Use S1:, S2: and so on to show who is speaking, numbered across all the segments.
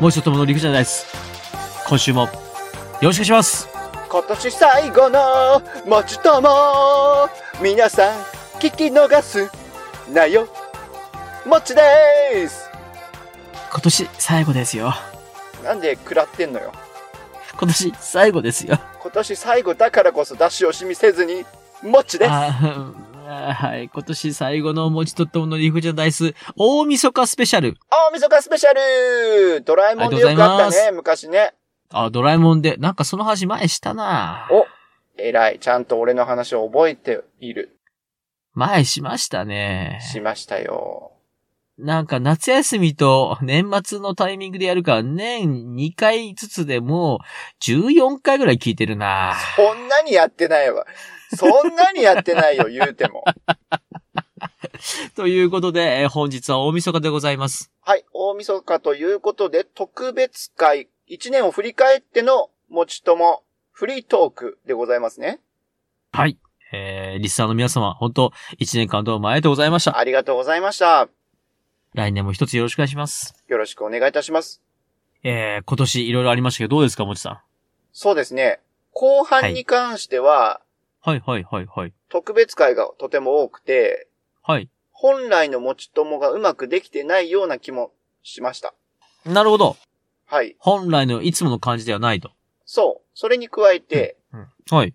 S1: もう一つもの陸じゃないです。今週も、よろしくお願いします。
S2: 今年最後のもちとも皆さん聞き逃すなよもちです
S1: 今年最後ですよ。
S2: なんで食らってんのよ
S1: 今年最後ですよ。
S2: 今年最後だからこそ出し惜しみせずにもちです
S1: あーあーはい。今年最後のもちとっともの陸じゃないです。大晦日スペシャル。
S2: 大晦日スペシャルドラえもんでよくあ
S1: ありがとう
S2: っ
S1: ござ
S2: た
S1: い
S2: ね昔ね
S1: あ、ドラえもんで、なんかその話前したな
S2: おえらいちゃんと俺の話を覚えている
S1: 前しましたね。
S2: しましたよ
S1: なんか夏休みと年末のタイミングでやるから年2回ずつでもう14回ぐらい聞いてるな
S2: そんなにやってないわそんなにやってないよ言うても
S1: ということで、えー本日は大晦日でございます。
S2: はい、大晦日ということで、特別会、一年を振り返っての、持ちとも、フリートークでございますね。
S1: はい。えー、リスナーの皆様、本当1年間どうもありがとうございました。
S2: ありがとうございました。
S1: 来年も一つよろしくお願いします。
S2: よろしくお願いいたします。
S1: えー、今年いろいろありましたけど、どうですか、もちさん。
S2: そうですね、後半に関しては、
S1: はいはいはいはい。
S2: 特別会がとても多くて、
S1: はい。
S2: 本来の持ちともがうまくできてないような気もしました。
S1: なるほど。
S2: はい。
S1: 本来のいつもの感じではないと。
S2: そう。それに加えて、
S1: うん。はい。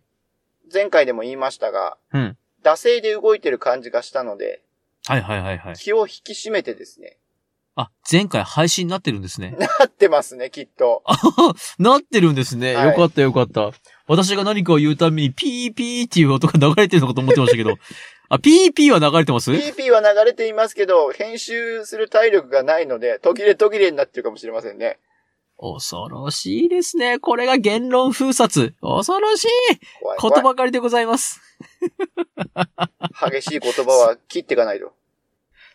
S2: 前回でも言いましたが、
S1: うん。
S2: 惰性で動いてる感じがしたので、
S1: はいはいはいはい。
S2: 気を引き締めてですね。
S1: あ、前回配信になってるんですね。
S2: なってますね、きっと。
S1: なってるんですね。
S2: はい
S1: よかったよかった。私が何かを言うたびに、ピーピーっていう音が流れてるのかと思ってましたけど。あ、ピーピーは流れてます
S2: PP は流れていますけど、編集する体力がないので、途切れ途切れになってるかもしれませんね。
S1: 恐ろしいですね。これが言論封殺。恐ろしい
S2: 怖い
S1: こ
S2: 怖
S1: と
S2: い。
S1: ばかりでございます。
S2: 激しい言葉は切っていかないと。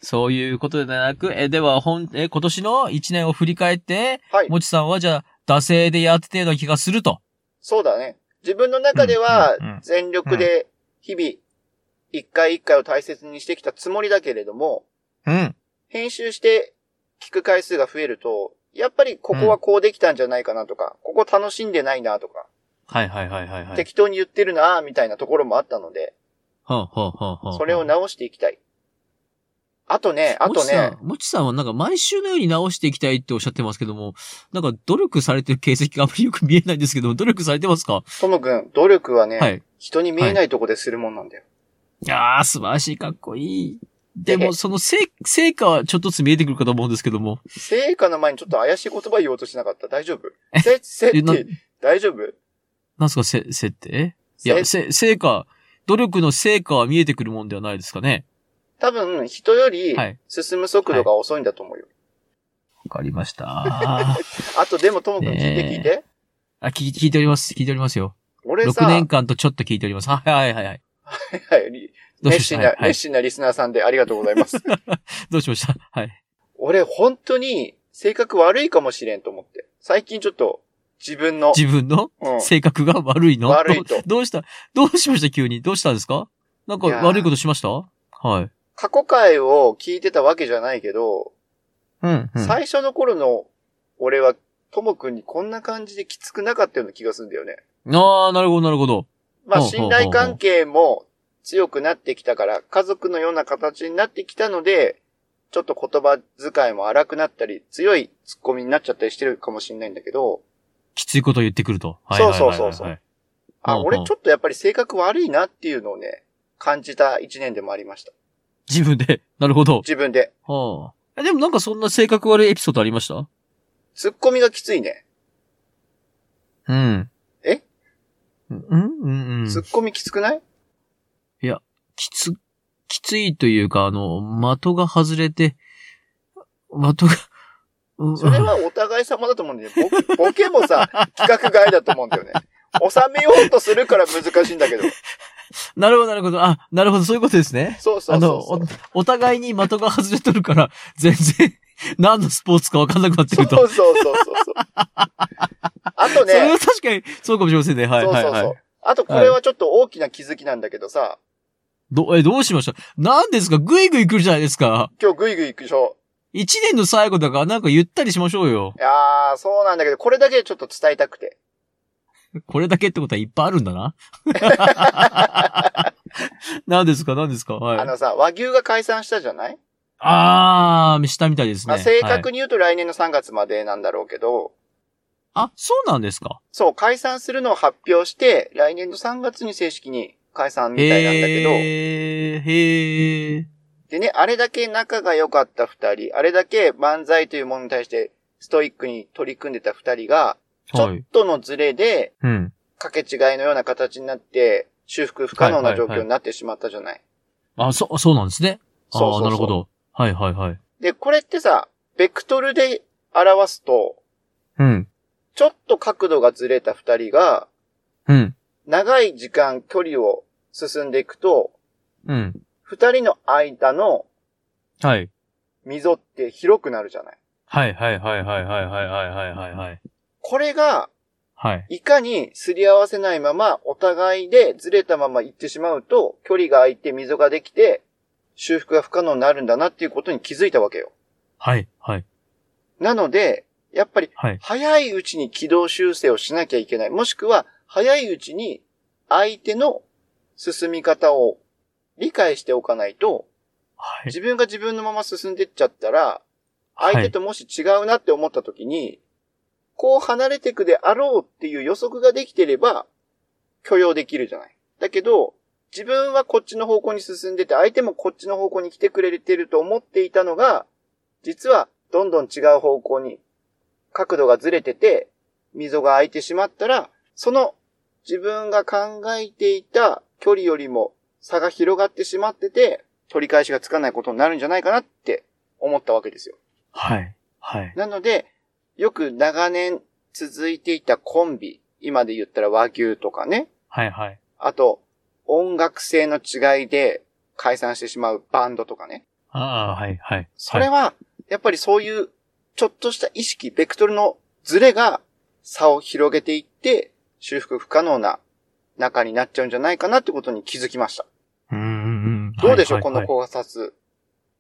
S1: そういうことではなく、え、では、本、え、今年の1年を振り返って、
S2: はい。
S1: もちさんはじゃあ、惰性でやってたような気がすると。
S2: そうだね。自分の中では
S1: うんうんうん、
S2: 全力で日々、一回一回を大切にしてきたつもりだけれども、
S1: うん。
S2: 編集して聞く回数が増えると、やっぱりここはこうできたんじゃないかなとか、ここ楽しんでないなとか、
S1: はいはいはいはいはい。
S2: 適当に言ってるなみたいなところもあったので、
S1: ほうほうほうほう
S2: それを直していきたい。あとね、あ
S1: も
S2: と
S1: ちさ
S2: ね
S1: ん、、もちさんはなんか毎週のように直していきたいっておっしゃってますけども、なんか努力されてる形跡があまりよく見えないんですけども、努力されてますか
S2: トム君、努力はね、
S1: はい。
S2: 人に見えないとこでするもんなんだよ。
S1: いやー、素晴らしい、かっこいい。で
S2: え
S1: も、
S2: え
S1: その成、成果はちょっとずつ見えてくるかと思うんですけども。
S2: 成果の前にちょっと怪しい言葉言おうとしなかった。大丈夫せ、せっ
S1: え、な、
S2: て、大丈夫
S1: なんすか、せ、せっていや、
S2: せ
S1: せ、成果、努力の成果は見えてくるもんではないですかね。
S2: 多分、人より
S1: はい
S2: 進む速度が遅いんだと思うよ。
S1: わかりました。
S2: あと、でも、ともくん聞い
S1: ね
S2: て
S1: え
S2: 聞いて。
S1: あ、聞い、聞いております。聞いておりますよ。
S2: 俺さ、
S1: 6年間とちょっと聞いております。はいはいはいはい。
S2: はいリ
S1: どうしま
S2: 熱
S1: した
S2: 心
S1: は
S2: な、
S1: いはい
S2: 熱心なリスナーさんでありがとうござい ます。
S1: どうしましたはい。
S2: 俺、本当に、性格悪いかもしれんと思って。最近ちょっと、自分の、
S1: 自分の
S2: うん
S1: 性格が悪いの
S2: 悪いと
S1: どうどうしたどうしました急にどうしたんですかなんか
S2: いやー
S1: 悪いことしましたはい。
S2: 過去回を聞いてたわけじゃないけど、
S1: うん、
S2: 最初の頃の俺は、ともくんにこんな感じできつくなかったような気がするんだよね。
S1: ああ、なるほど、なるほど。
S2: まあ、
S1: ほうほうほ
S2: 信
S1: う
S2: 頼関係も強くなってきたから、家族のような形になってきたので、ちょっと言葉遣いも荒くなったり、強いツッコミになっちゃったりしてるかもしれないんだけど、
S1: きついこと言ってくると。はい
S2: そうそうそうそう
S1: はいはいはいはい
S2: あ、
S1: ほうほう
S2: 俺ちょっとやっぱり性格悪いなっていうのをね、感じた一年でもありました。
S1: 自分で。なるほど。
S2: 自分で。
S1: はあ。えでもなんかそんな性格悪いエピソードありました
S2: ツッコミがきついね。
S1: うん。
S2: え
S1: うんうんうん
S2: ツ。ッコミきつくない
S1: きつ、きついというか、あの、的が外れて、的が、うん
S2: それはお互い様だと思うんだよね。ボケボケもさ、企画外だと思うんだよね。収めようとするから難しいんだけど。
S1: なるほど、なるほど。あ、なるほど、そういうことですね。
S2: そうそうそうそう。
S1: お互いに的が外れとるから、 全然、何のスポーツか分かんなくなってく
S2: そう
S1: ると。
S2: そうそうそうそう。あと
S1: それ
S2: ね
S1: は、確かに、そうかもしれませんね。はい、
S2: そう
S1: は
S2: そ、
S1: いうは
S2: そう
S1: い。。
S2: あとこれはちょっと大きな気づきなんだけどさ、
S1: ど、え、どうしました何ですかぐいぐい来るじゃないですか。
S2: 今日グイグイ行くでしょ。
S1: 一年の最後だからなんかゆったりしましょうよ。
S2: いやー、そうなんだけど、これだけちょっと伝えたくて。
S1: これだけってことはいっぱいあるんだ な。 何ですか何ですかはい。
S2: あのさ、和牛が解散したじゃない、
S1: あー、したみたいです
S2: ま
S1: ね。
S2: あ、正
S1: はい
S2: 確に言うと来年の3月までなんだろうけど、
S1: あ、そうなんですか
S2: そう、解散するのを発表して、来年の3月に正式に解散みたいなんだけど、
S1: へー、へー。
S2: でね、あれだけ仲が良かった二人、あれだけ漫才というものに対してストイックに取り組んでた二人が、ち
S1: は
S2: ょっ
S1: い。
S2: とのズレで、
S1: うん。
S2: 掛け違いのような形になって、修復不可能な状況になってしまったじゃない。
S1: あ、そ、そうなんですね。あー
S2: そうそうそう
S1: なるほど。はいはいはい。
S2: で、これってさ、ベクトルで表すと、
S1: うん。
S2: ちょっと角度がずれた二人が、
S1: うん。
S2: 長い時間距離を進んでいくと、
S1: うん。
S2: 二人の間の
S1: はい。
S2: 溝って広くなるじゃない。
S1: はいはいはいはいはいはいはいはいはいはい。
S2: これが、
S1: はい。
S2: いかにすり合わせないまま、お互いでずれたまま行ってしまうと、距離が空いて溝ができて、修復が不可能になるんだなっていうことに気づいたわけよ。
S1: はいはい。
S2: なので、やっぱり、
S1: はい。
S2: 早いうちに軌道修正をしなきゃいけない。もしくは、早いうちに相手の進み方を理解しておかないと、
S1: はい。
S2: 自分が自分のまま進んでっちゃったら、相手ともし違うなって思った時に、こう離れてくであろうっていう予測ができてれば、許容できるじゃない。だけど、自分はこっちの方向に進んでて、相手もこっちの方向に来てくれてると思っていたのが、実はどんどん違う方向に角度がずれてて、溝が開いてしまったら、その自分が考えていた距離よりも差が広がってしまってて、取り返しがつかないことになるんじゃないかなって思ったわけですよ。
S1: はい。はい。
S2: なので、よく長年続いていたコンビ、今で言ったら和牛とかね、
S1: はいはい。
S2: あと、音楽性の違いで解散してしまうバンドとかね。
S1: ああー、はいはい。
S2: それ
S1: は
S2: は、やっぱりそういう、ちょっとした意識、ベクトルのズレが差を広げていって、修復不可能な中になっちゃうんじゃないかなってことに気づきました。
S1: い、うんうんうん。
S2: どうでしょ
S1: は
S2: う、
S1: いはいはい
S2: この考察。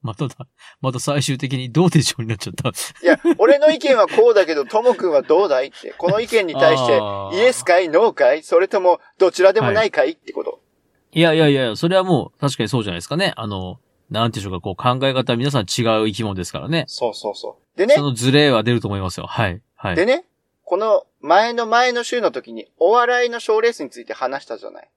S1: まただ、また最終的にどうでしょうになっちゃった。
S2: いや、俺の意見はこうだけど、ともくんはどうだいって、この意見に対して、
S1: あー
S2: イエスかい、ノーかい、それとも、どちらでもないかいってこと。
S1: いやいやいや、それはもう確かにそうじゃないですかね。あの、なんていうんでしょうか、こう考え方は皆さん違う生き物ですからね。
S2: そうそうそう。でね
S1: そ、のズレは出ると思いますよ。はい。はい。
S2: でね、この前の前の週の時に、お笑いの賞ーレースについて話したじゃない。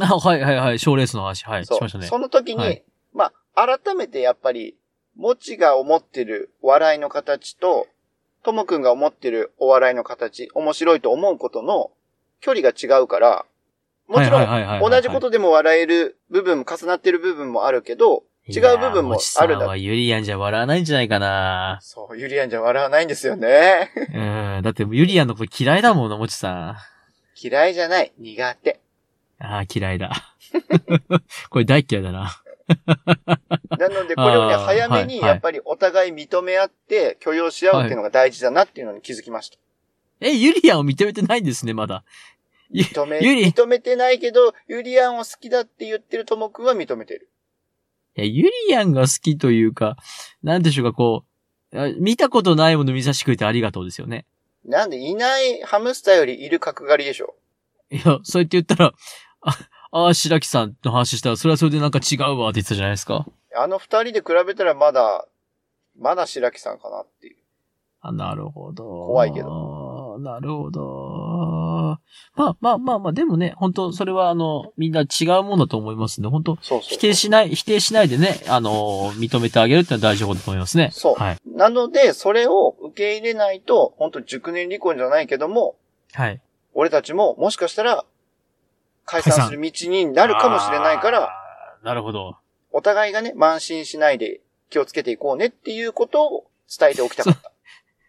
S1: あ はいはいはい。賞ーレースの話、はい。し
S2: そう。
S1: ましたね。
S2: その時に、
S1: はい
S2: まあ、改めてやっぱり、もちが思ってる笑いの形と、ともくんが思ってるお笑いの形、面白いと思うことの距離が違うから、もちろ
S1: はいはいはいはい
S2: ん、
S1: はい
S2: 同じことでも笑える部分も重なってる部分もあるけど、違う部分もある
S1: いやーもちさん
S2: だ
S1: は。ユリアンじゃ笑わないんじゃないかな
S2: そう、ゆりやんじゃ笑わないんですよね。
S1: うん。だってユリアンのこと嫌いだもんな、もちさ
S2: 嫌いじゃない、苦手。
S1: ん。ああ、嫌いだ。 これ大嫌いだな。
S2: なので、これをね、
S1: あー
S2: 早めに
S1: はいはい
S2: やっぱりお互い認め合って許容し合うっていうのが大事だなっていうのに気づきました。
S1: え、ユリアンを認めてないんですね、まだ。ゆ
S2: 認め、
S1: ユリ
S2: 認めてないけど、ユリアンを好きだって言ってるともくんは認めてる。
S1: いや、ユリアンが好きというか、なんでしょうか、こう、あ見たことないもの見さしてくれてありがとうですよね。
S2: なんで、いないハムスターよりいる角刈りでしょ。
S1: いや、そうやって言ったら、あ、ああ、白木さんの話したら、それはそれでなんか違うわって言ってたじゃないですか。
S2: あの二人で比べたらまだ、まだ白木さんかなっていう。
S1: あなるほど。
S2: 怖いけ
S1: ど。なるほど。まあまあまあまあ、でもね、本当それはあの、みんな違うもんだと思いますんで、本当
S2: そうそう。
S1: 否定しない、否定しないでね、あの、認めてあげるってのは大事なことだと思いますね。
S2: そう
S1: はい。
S2: なので、それを受け入れないと、本当熟年離婚じゃないけども、
S1: はい。
S2: 俺たちももしかしたら、解散する道にな
S1: あ
S2: るかもしれないから、
S1: ー。なるほど。
S2: お互いがね、慢心しないで気をつけていこうねっていうことを伝えておきたかった。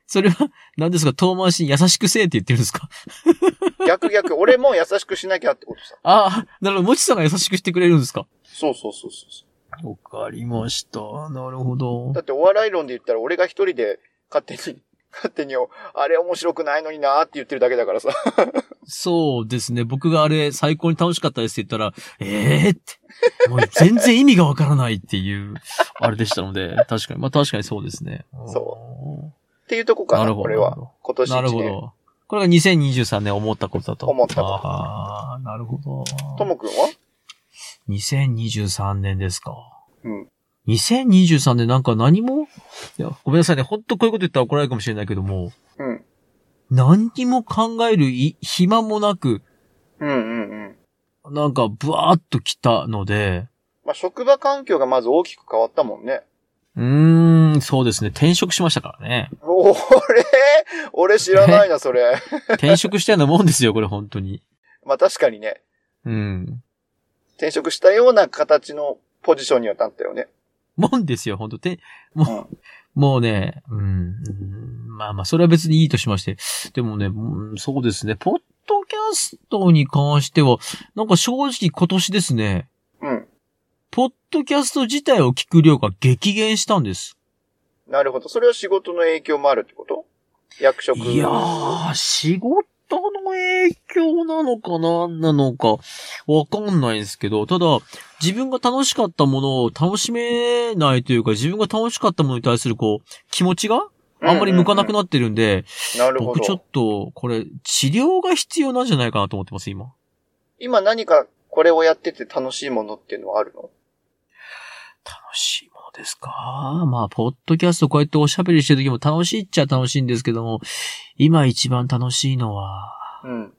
S1: それは、何ですか遠回しに優しくせえって言ってるんですか
S2: 逆逆、俺も優しくしなきゃってことさ。
S1: ああ、なるほど。もちさんが優しくしてくれるんですか
S2: そうそうそうそうそ
S1: わかりました。なるほど
S2: う。だ。ってお笑い論で言ったら俺が一人で勝手に 勝手に、あれ面白くないのになーって言ってるだけだからさ。
S1: そうですね。僕があれ最高に楽しかったですって言ったら、ええー、って、もう全然意味がわからないっていう、あれでしたの で、確かに。まあ確かにそうですね。
S2: そっていうとこ
S1: う
S2: か
S1: な
S2: な、
S1: るほど。
S2: これは。今年
S1: なる
S2: 1
S1: ほ
S2: 年。
S1: ど。これが2023年思ったことだと。
S2: 思ったこと
S1: ああ、なるほど。
S2: ともくんは
S1: 2023年ですか。
S2: うん。
S1: 2023年なんか何もいや、ごめんなさいね。ほんとこういうこと言ったら怒られるかもしれないけども、
S2: うん。
S1: 何にも考えるい暇もなく、
S2: うんうんうん。
S1: なんかブワーっと来たので、
S2: まあ、職場環境がまず大きく変わったもんね。
S1: うーん、そうですね。転職しましたからね。
S2: 俺俺知らないな、それ。
S1: 転職したようなもんですよ、これ本当に。
S2: まあ、確かにね。
S1: うん。
S2: 転職したような形のポジションにはなったよね。
S1: もんですよ、本当て、
S2: う
S1: も
S2: ん
S1: う、もうね、うん、うんまあまあ、それは別にいいとしまして。でもね、うんそうですね、ポッドキャストに関しては、なんか正直今年ですね、
S2: うん。
S1: ポッドキャスト自体を聞く量が激減したんです。
S2: なるほど。それは仕事の影響もあるってこと役職。
S1: いやー、仕事の影響なのかなんなのか、わかんないですけど、ただ、自分が楽しかったものを楽しめないというか、自分が楽しかったものに対するこう、気持ちがあんまり向かなく
S2: な
S1: なってるんで、
S2: なるほ
S1: 僕ちょ
S2: ど
S1: っ。と、これ、治療が必要なんじゃないかなと思ってます、今。
S2: 今何かこれをやってて楽しいものっていうのはあるの
S1: 楽しいものですかまあ、ポッドキャストこうやっておしゃべりしてる時も楽しいっちゃ楽しいんですけども、今一番楽しいのは、
S2: うん。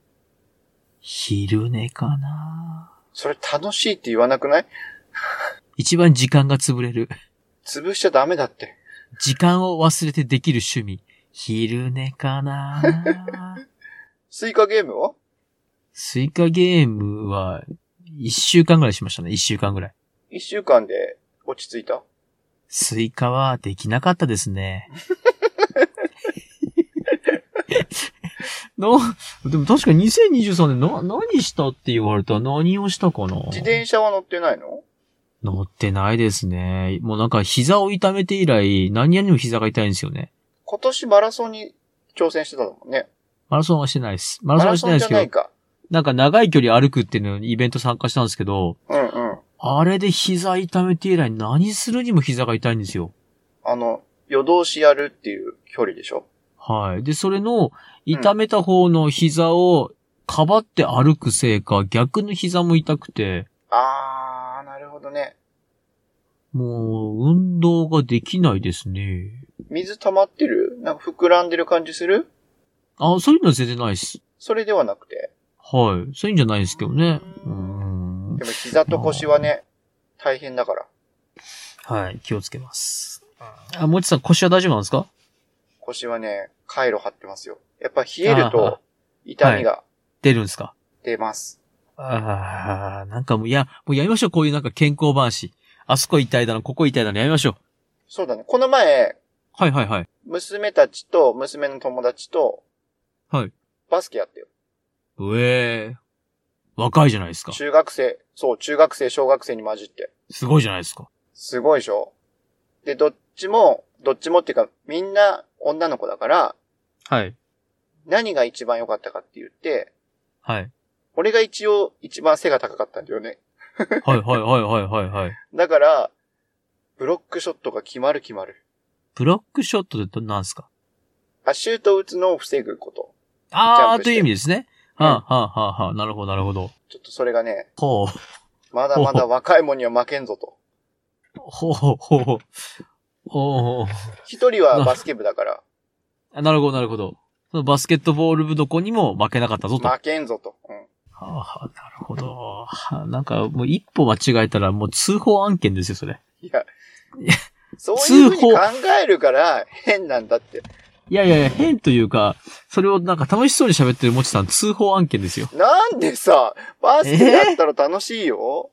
S1: 昼寝かな
S2: それ楽しいって言わなくない
S1: 一番時間が潰れる。
S2: 潰しちゃダメだって。
S1: 時間を忘れてできる趣味。昼寝かな
S2: スイカゲームは
S1: スイカゲームは、一週間ぐらいしましたね。一週間ぐらい。
S2: 一週間で落ち着いた
S1: スイカはできなかったですね。 の、でも確かに2023年な、何したって言われたら何をしたかな
S2: 自転車は乗ってないの
S1: 乗ってないですね。もうなんか膝を痛めて以来、何やにも膝が痛いんですよね。
S2: 今年マラソンに挑戦してたもんね。
S1: マラソンはしてないです。マラソ
S2: マ
S1: ンは
S2: ラ
S1: してな
S2: ソ
S1: い
S2: ン
S1: です
S2: じゃ
S1: け
S2: な
S1: ど
S2: い、か。
S1: なんか長い距離歩くっていうのにイベント参加したんですけど、
S2: うんうん。
S1: あれで膝痛めて以来何するにも膝が痛いんですよ。
S2: あの、夜通しやるっていう距離でしょ
S1: はい。で、それの、痛めた方の膝を、かばって歩くせいか、逆の膝も痛くて、
S2: あー、なるほどね。
S1: もう、運動ができないですね。
S2: 水溜まってるなんか膨らんでる感じする
S1: あ、そういうのは全然ないです。
S2: それではなくて。
S1: はい。そういうんじゃないですけどね。うーん。
S2: でも膝と腰はね、大変だから。
S1: はい。気をつけます。あ、もちさん、腰は大丈夫なんですか
S2: 腰はね、回路張ってますよ。やっぱ冷えると痛みが
S1: 出るんですか
S2: 出ます。
S1: ああ、なんかもう、いや、もうやりましょう。こういうなんか健康話。あそこ痛いだの、ここ痛いだの、やりましょう。
S2: そうだね。この前、
S1: はいはいはい。
S2: 娘たちと娘の友達と
S1: はい。
S2: バスケやってよ。
S1: うえー。若いじゃないですか。
S2: 中学生、そう、中学生、小学生に混じって。
S1: すごいじゃないですか。
S2: すごいでしょで、どっちも、どっちもっていうか、みんな女の子だから、
S1: はい。
S2: 何が一番良かったかって言って、
S1: はい。
S2: 俺が一応一番背が高かったんだよね。
S1: はいはいはいはいはい はい。
S2: だから、ブロックショットが決まる決まる。
S1: ブロックショットって何ですか
S2: あ、シュート打つのを防ぐこと。
S1: あ
S2: ジャン
S1: ー
S2: プして
S1: という意味ですね。
S2: うん
S1: はあ、はあはあはあ、なるほどなるほど。
S2: ちょっとそれがね、
S1: ほう。
S2: まだまだ若いもんには負けんぞ と。
S1: ほうほうほうほう。おー
S2: 一人はバスケ部だから、
S1: あなるほどなるほど。そのバスケットボール部どこにも負けなかったぞと。は
S2: 負けんぞと。うん。
S1: あ、はあ、なるほど。はあなんかもう一歩間違えたらもう通報案件ですよ、それ。
S2: いや、そういうふう
S1: 通報
S2: に考えるから変なんだって。
S1: いやいやいや、変というか、それをなんか楽しそうに喋ってるもちさん通報案件ですよ。
S2: なんでさ、バスケやったら楽しいよ。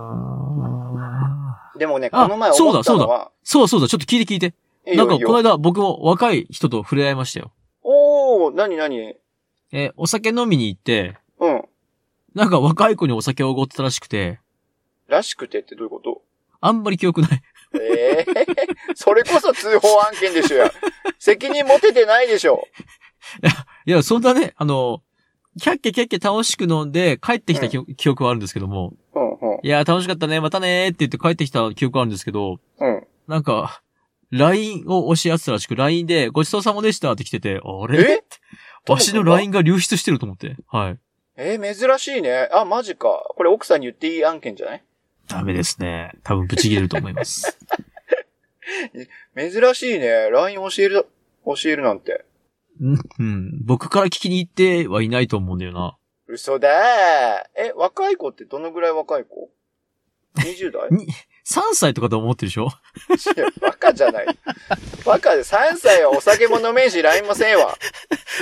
S1: あー
S2: でもね、
S1: あ
S2: この前思ったのは、
S1: そうそうだ、ちょっと聞いて聞いて。
S2: いい
S1: なん
S2: よ
S1: か、
S2: いい
S1: この
S2: よ。
S1: 間僕も若い人と触れ合いましたよ。
S2: おー、なになに
S1: えーお酒飲みに行って、
S2: うん。
S1: なんか若い子にお酒をおごってたらしくて、
S2: らしくてってどういうこと
S1: あんまり記憶ない。
S2: ええそれこそ通報案件でしょや。責任持ててないでしょ。
S1: いや、そんなね、あの、キャッキャキャッキャ楽しく飲んで帰ってきた記,、記憶はあるんですけども、
S2: うんうん。
S1: いや、楽しかったね、またねーって言って帰ってきた記憶はあるんですけど、
S2: うん。
S1: なんか、LINE を教え合ってたらしく、LINE で、ごちそうさまでしたって来てて、あれ
S2: え
S1: わしの LINE が流出してると思って。はい。
S2: えー珍しいね。あ、マジか。これ奥さんに言っていい案件じゃない
S1: ダメですね。多分ブチ切れると思い ます。
S2: 珍しいね。LINE 教える、教えるなんて。
S1: うんうん。僕から聞きに行ってはいないと思うんだよな。
S2: 嘘だー。え、若い子ってどのぐらい若い子 ?20 代
S1: 3歳とかと思ってるでしょ
S2: いやバカじゃない。バカで3歳はお酒も飲めんし、LINE もせんわ。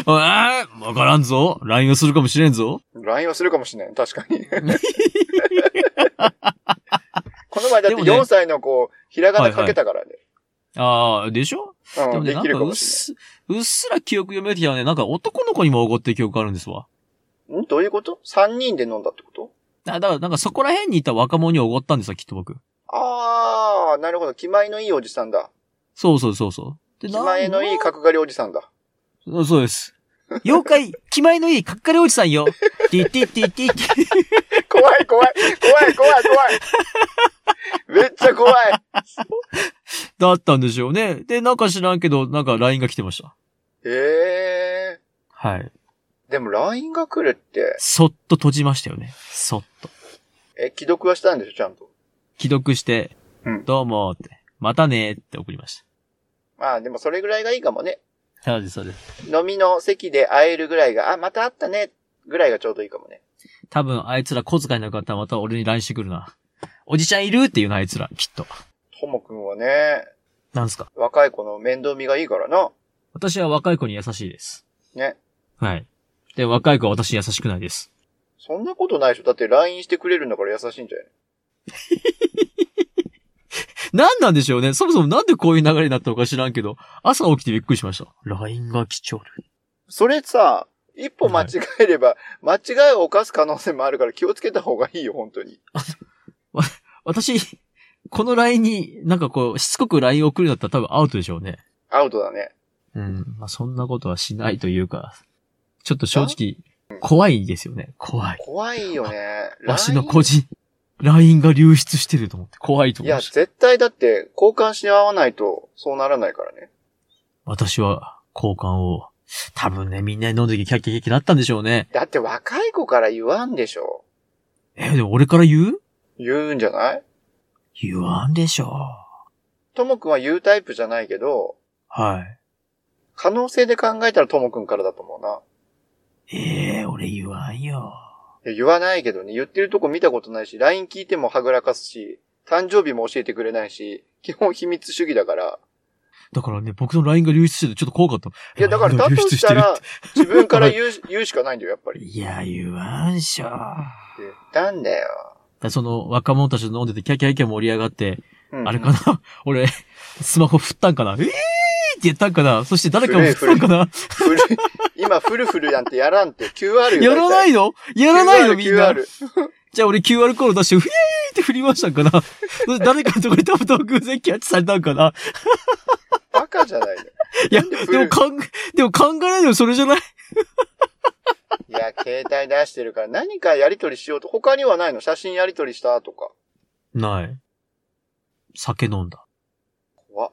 S1: えわからんぞ。LINE をするかもしれんぞ。
S2: LINE はするかもしれない。確か に。この前だって
S1: でもね
S2: 4歳の子、ひらがなかけたからね。
S1: ああ、でしょ
S2: う
S1: で
S2: ん、
S1: もね、
S2: で
S1: な
S2: き
S1: ん
S2: る
S1: か
S2: か
S1: う
S2: も
S1: っ
S2: し
S1: す、うっすら記憶読めてきたね。なんか男の子にもおごってる記憶があるんですわ。
S2: れない。んどういうこと ?3 人で飲んだってこと
S1: あだから、なんかそこら辺にいた若者におごったんですよ、きっと僕。
S2: あー、なるほど。気前のいいおじさんだ。
S1: そうそうそうそう。で
S2: 気前のいい角刈りおじさんだ。
S1: うんそうです。妖怪、気前のいいかっかりおじさんよ。ティッティッティッティッティッ。
S2: 怖い怖い怖い怖い怖いめっちゃ怖い
S1: だったんでしょうね。で、なんか知らんけど、なんか LINE が来てました。
S2: ええ
S1: はい。
S2: ー。でも LINE が来るって、
S1: そっと閉じましたよね。そっと。
S2: え、既読はしたんでしょちゃんと。
S1: 既読して、
S2: うん
S1: どうもって、またねーって送りまし
S2: まあでもそれぐらいがいいかもね。
S1: た。そうです、そうです。
S2: 飲みの席で会えるぐらいが、あ、また会ったね、ぐらいがちょうどいいかもね。
S1: 多分、あいつら小遣いなかったらまた俺に LINE してくるな。おじちゃんいるっていうな、あいつら、きっと。
S2: ともくんはね、
S1: なんすか
S2: 若い子の面倒見がいいからな。
S1: 私は若い子に優しいです。
S2: ね。
S1: はい。で、若い子は私に優しくないです。
S2: そんなことないでしょだって LINE してくれるんだから優しいんじゃない
S1: なんなんでしょうね。そもそもなんでこういう流れになったのか知らんけど、朝起きてびっくりしました。LINE が来ちゃう。
S2: それさ、一歩間違えれば、間違いを犯す可能性もあるから気をつけた方がいいよ、本当に。
S1: 私、この LINE に、なんかこう、しつこく LINE を送るんだったら多分アウトでしょうね。
S2: アウトだね。
S1: うん。まあ、そんなことはしないというか、ちょっと正直、怖いですよね。怖い。
S2: 怖いよね。
S1: わし
S2: LINE
S1: の個人、LINE が流出してると思って、怖いと
S2: い
S1: 思い
S2: や、
S1: ました。
S2: 絶対だって、交換し合わないと、そうならないからね。
S1: 私は、交換を、多分ね、みんなに飲んでキャッキャキャッキャなったんでしょうね。
S2: だって若い子から言わんでしょ。
S1: え、でも俺から言う
S2: 言うんじゃない
S1: 言わんでしょう。
S2: ともくんは言うタイプじゃないけど、
S1: はい。
S2: 可能性で考えたらともくんからだと思うな。
S1: ええ俺言わんよ。
S2: いや言わないけどね、言ってるとこ見たことないし、LINE 聞いてもはぐらかすし、誕生日も教えてくれないし、基本秘密主義だから。
S1: だからね、僕の LINE が流出しててちょっと怖かった。
S2: いや、だからだと
S1: 流出
S2: したら
S1: て、
S2: 自分から言う、 言うしかないんだよ、やっぱ
S1: る
S2: り。
S1: っていや、言わんしょ。だか
S2: 言ったんだよ。
S1: らその若者たちと飲んでてキャキャキャ盛り上がって、
S2: うん
S1: あれかな 俺、スマホ振ったんかなええーって言ったんかなそして誰かも振ったんかな
S2: フル、今フルフルなんてやらんって、QR
S1: やらない
S2: の
S1: のやらないの
S2: ?QR、
S1: みんな。
S2: QR
S1: じゃあ俺 QR コード出して、ふえーって振りましたんかな 誰かのとこに多分偶然キャッチされたんかな
S2: バカじゃないの。
S1: いや、
S2: なん
S1: で
S2: で振る
S1: も考え、でも考えないのそれじゃない
S2: いや、携帯出してるから何かやりとりしようと。他にはないの写真やりとりしたとか。
S1: ない。酒飲んだ。
S2: 怖っ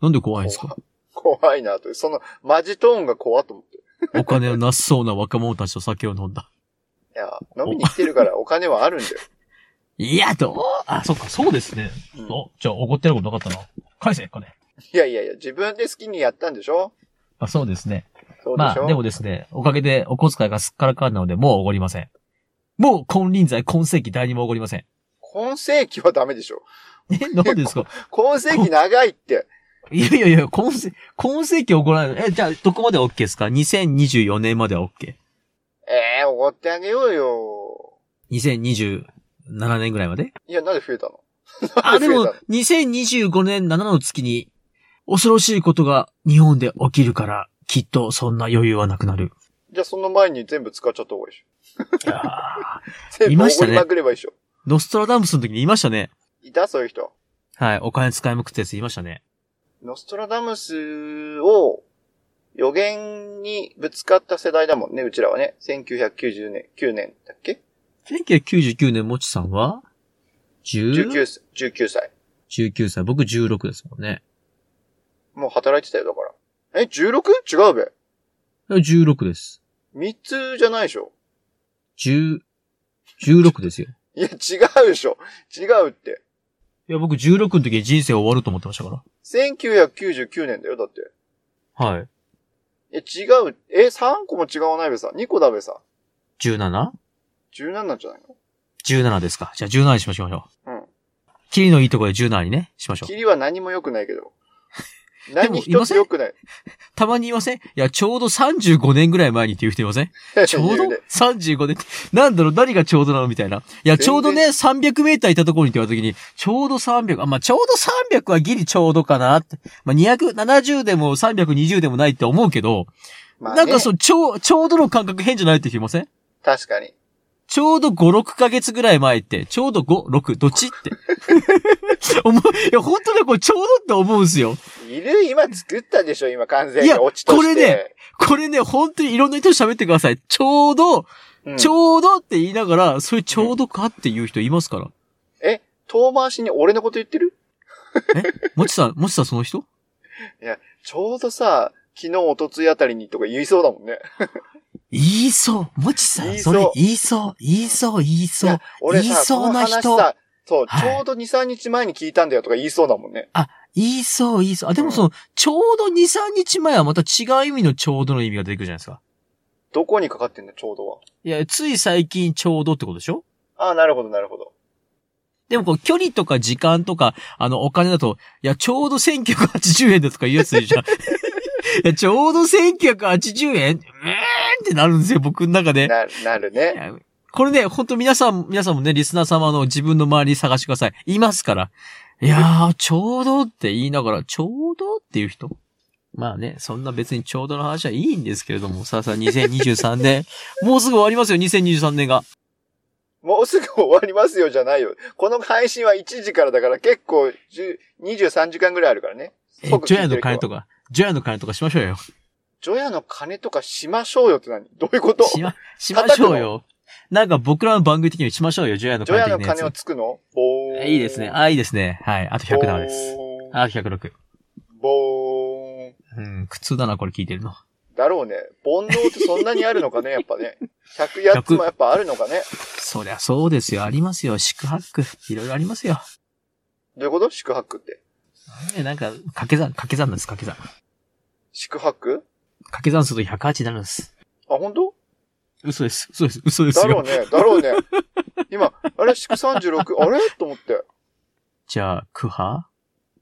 S1: なんで怖いんですか
S2: 怖いなと。その、マジトーンが怖っと思って。い
S1: お金のなさそうな若者たちと酒を飲んだ。
S2: や、飲みに来てるからお金はあるんだよ。
S1: いや、どうあ、そっか、そうですね。
S2: うん
S1: お、じゃあ怒ってることなかったな。返せ、金。
S2: いやいやいや、自分で好きにやったんでしょ
S1: あ、そうですね。
S2: そうで
S1: ま
S2: しょ、
S1: あ、でもですね、おかげでお小遣いがすっからかんなので、もうおごりません。もう、金輪際、今世紀誰にもおごりません。
S2: 今世紀はダメでしょ。
S1: え、何ですか
S2: 今世紀長いって。
S1: いやいやいや、今世、今世紀おごらない。え、じゃあ、どこまで OK ですか ?2024 年までは OK。
S2: ええー、おごってあげようよ。
S1: 2027年ぐらいまで
S2: いや、なんで増えたのな
S1: あ、
S2: んで
S1: で
S2: 増え
S1: も
S2: たの、
S1: 2025年7の月に、恐ろしいことが日本で起きるから、きっとそんな余裕はなくな る。
S2: じゃあその前に全部使っちゃった方がいいでしょ。
S1: いやー
S2: 全
S1: い
S2: 部お
S1: まし
S2: ご
S1: たね
S2: りまくればいいでしょ。
S1: ノストラダムスの時に言いましたね。
S2: いたそういう人。
S1: はい。お金使いまくったやつ言いましたね。
S2: ノストラダムスを予言にぶつかった世代だもんね、うちらはね。1990年、9年だっけ
S1: 1999年、もちさんは
S2: ?19
S1: ?19
S2: 歳、19歳。
S1: 19歳。僕16ですもんね。
S2: もう働いてたよ、だから。え、16? 違うべ。
S1: 16です。
S2: 3つじゃないでしょ。
S1: 10、16ですよ。
S2: いや、違うでしょ。違うって。
S1: いや、僕16の時に人生終わると思ってましたか
S2: 1999年だよ、だって。
S1: ら。はい。
S2: え、違う。え、3個も違わないべさ。2個だべさ。
S1: 17?17
S2: 17なんじゃないの
S1: ですか。じゃあ17にしましょう。
S2: うん。
S1: キリのいいところで17にね、しましょう。
S2: 霧は何も良くないけど。
S1: で
S2: 何
S1: もい
S2: 一
S1: ま
S2: つ
S1: せん
S2: 良くない。
S1: たまに言いませんいや、ちょうど35年ぐらい前にっていう人いません ちょうど
S2: 言ね
S1: ?35 年ってなんだろう何がちょうどなのみたいな。いや、
S2: 全然
S1: ちょうどね、300メーターいたところにって言われた時に、ちょうど300、あ、まあ、ちょうど300はギリちょうどかなって。まあ、270でも320でもないって思うけど、
S2: まあね
S1: なんかそう、ちょう、ちょうどの感覚変じゃないって人いません
S2: 確かに。
S1: ちょうど5、6ヶ月ぐらい前って、ちょうど5、6、どっちって。 思う、いや、本当ね、これちょうどって思うんですよ。
S2: いる今作ったでしょ今完全
S1: い
S2: に
S1: や
S2: 落ちと
S1: これ
S2: して。
S1: ねこれね、本当にいろんな人と喋ってください。ちょうど、
S2: うん
S1: ちょうどって言いながら、それちょうどかっていう人いますから。
S2: え、遠回しに俺のこと言ってる
S1: もちさん、もちさんその人
S2: ちょうどさ、昨日、おとついあたりにとか言いそうだもんね。
S1: 言いそう。もちさ
S2: 言
S1: ん、
S2: い
S1: そ
S2: そ
S1: うれ言いそう。言いそう、言い
S2: い
S1: そ
S2: や
S1: う。
S2: 俺
S1: 言い
S2: さ、
S1: そうな人
S2: この話さ、そう、
S1: はい
S2: ちょうど2、3日前に聞いたんだよとか言いそうだもんね。
S1: 言いそう、言いそう。あ、でもその、ちょうど2、3日前はまた違う意味のちょうどの意味が出てくるじゃないですか。
S2: どこにかかってんだ、ちょうどは。
S1: いや、つい最近ちょうどってことでしょ
S2: ああ、なるほど、なるほど。
S1: でもこう、距離とか時間とか、あの、お金だと、いや、ちょうど1980円だとか言うやついるじゃん。い や、ちょうど1980円うーんってなるんですよ、僕の中で。
S2: な、なる
S1: い
S2: ね。
S1: やこれね、ほんと皆さん、皆さんもね、リスナー様の自分の周り探してください。いますから。いやー、ちょうどって言いながら、ちょうどっていう人。まあね、そんな別にちょうどの話はいいんですけれども、さあさあ2023年、 もうすぐ終わりますよ、2023年が。
S2: もうすぐ終わりますよ、じゃないよ。この配信は1時からだから結構10、23時間ぐらいあるからね。
S1: え、
S2: 即
S1: ジョ
S2: 聞い
S1: ヤ
S2: て
S1: の
S2: る人は
S1: 鐘とか、ジョヤの鐘とかしましょうよ。
S2: ジョヤの鐘とかしましょうよって何どういうこと
S1: しま、しましょうよ。なんか僕らの番組的にしましょうよ、ジョヤの
S2: ジョ
S1: 鐘
S2: ヤ
S1: 的
S2: の
S1: なや
S2: 鐘を
S1: つ。
S2: つくのボーン。
S1: いいですね。あ、いいですね。はい。あと100
S2: ダ
S1: 玉です。。あと106。
S2: ボーン。
S1: うん、苦痛だな、これ聞いてるの。
S2: だろうね。煩悩ってそんなにあるの かね、やっぱね。108つもやっぱあるのかね。
S1: そりゃそうですよ。ありますよ。宿泊。いろいろありますよ。
S2: どういうこと宿泊って。
S1: ねなんか、掛け算、掛け算なんです、掛け算。
S2: 宿泊
S1: 掛け算すると108になるんです。
S2: あ、本当？
S1: 嘘です。嘘です。嘘で
S2: だ
S1: す
S2: ろう
S1: よ。
S2: ね。だろうね。今、あれ宿36、あれと思って。
S1: じゃあ、クハ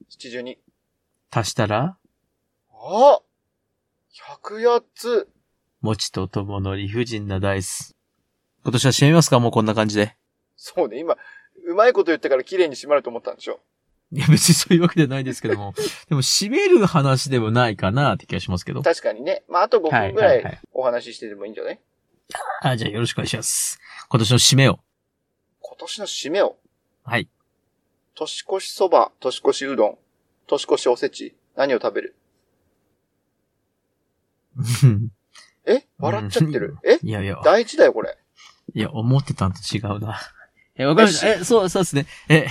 S2: 72。
S1: 足したら、
S2: あ !108 つ。
S1: もちとともの理不尽なダイス。今年は締めますかもうこんな感じで。
S2: そうね、今、うまいこと言ったから綺麗に閉まると思ったんでしょ。
S1: いや、別にそういうわけではないですけども。 でも、締める話でもないかなって気がしますけど。
S2: 確かにね。まあ、あと5
S1: は
S2: 分
S1: い
S2: ぐら
S1: はいはい
S2: いお話ししててもいいんじゃない
S1: あ、じゃあよろしくお願いします。今年の締めを。
S2: 今年の締めを。
S1: はい。
S2: 年越しそば、年越しうどん、年越しおせち、何を食べるえ笑っちゃってる。え
S1: いやいや、
S2: 大事だよ、これ。
S1: いや、思ってたんと違うな。 え、わかりました。え、そう、そうですね。え、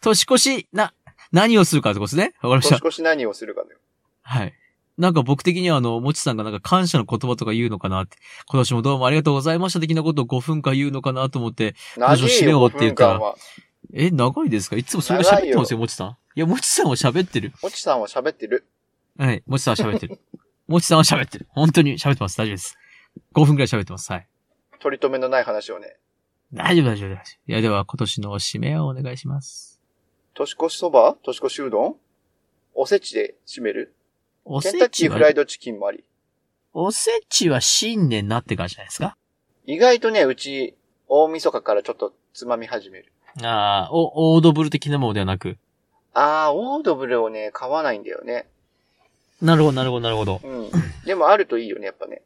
S1: 年越し、な、何をするかってことですね。わかりまし
S2: 年
S1: た。
S2: 越し何をするかだよ。
S1: はい。なんか僕的にはあの、もちさんがなんか感謝の言葉とか言うのかなって、今年もどうもありがとうございました的なことを5分間言うのかなと思って、
S2: 何
S1: 年越し締めようって言ったら
S2: は。
S1: え、長いですかいつもそれが喋ってますよ、もちさん。いや、もちさんは喋ってる。
S2: もちさんは喋ってる。
S1: はい、もちさんは喋ってる。もちさんは喋ってる。本当に喋ってます。大丈夫です。5分くらい喋ってます。はい。
S2: 取り留めのない話をね。
S1: 大丈夫、大丈夫、大丈夫。いや、では今年の締めをお願いします。
S2: 年越しそば年越しうどんおせちで締める
S1: お
S2: ケ
S1: せ
S2: ンタッキ
S1: ち
S2: ー
S1: は
S2: フライドチキンもあり。
S1: おせちは新年なってからじゃないですか
S2: 意外とね、うち、大晦日からちょっとつまみ始める。
S1: ああ、お、オードブル的なものではなく。
S2: あー、オードブルをね、買わないんだよね。
S1: なるほど、なるほど、なるほど。
S2: うん。でもあるといいよね、やっぱね。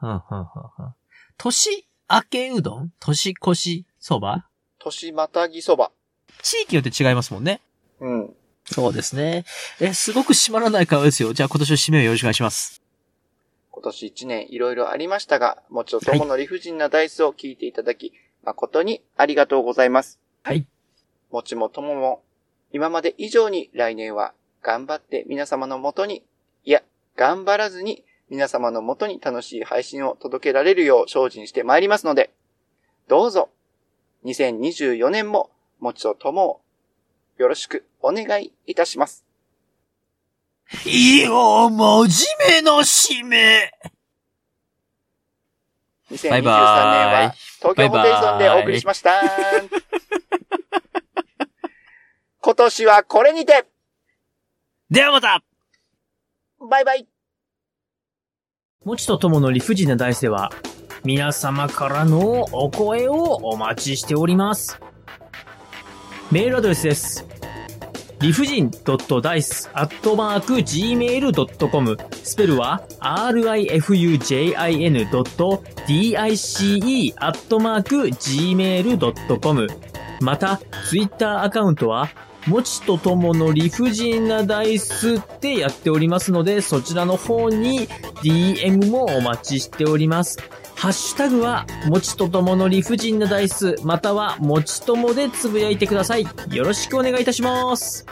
S1: うん、うん、うん、うん。年明けうどん年越しそば
S2: 年またぎそば。
S1: 地域によって違いますもんね。
S2: うん。
S1: そうですね。え、すごく締まらない顔ですよ。じゃあ今年の締めをよろしくお願いします。
S2: 今年一年いろいろありましたが、もちろんともの理不尽なダイスを聞いていただき、誠にありがとうございます。
S1: はい。
S2: もちもともも、今まで以上に来年は頑張って皆様のもとに、いや、頑張らずに皆様のもとに楽しい配信を届けられるよう精進してまいりますので、どうぞ、2024年も、もちろんともをよろしくお願いいたします。
S1: いや、真面目な締めバ
S2: 2023
S1: イ
S2: 年
S1: バ
S2: は東京ホテイソンでお送りしました。 今年はこれにて、
S1: イではまた
S2: バイバイ
S1: もちとともの理不尽な大世は、皆様からのお声をお待ちしております。メールアドレスです。理不尽 .dice.gmail.com スペルは rifujin.dice.gmail.com また、ツイッターアカウントは、もちとともの理不尽なダイスってやっておりますので、そちらの方に DM もお待ちしております。ハッシュタグは、もちとともの理不尽なダイス、または、もちともでつぶやいてください。よろしくお願いいたします。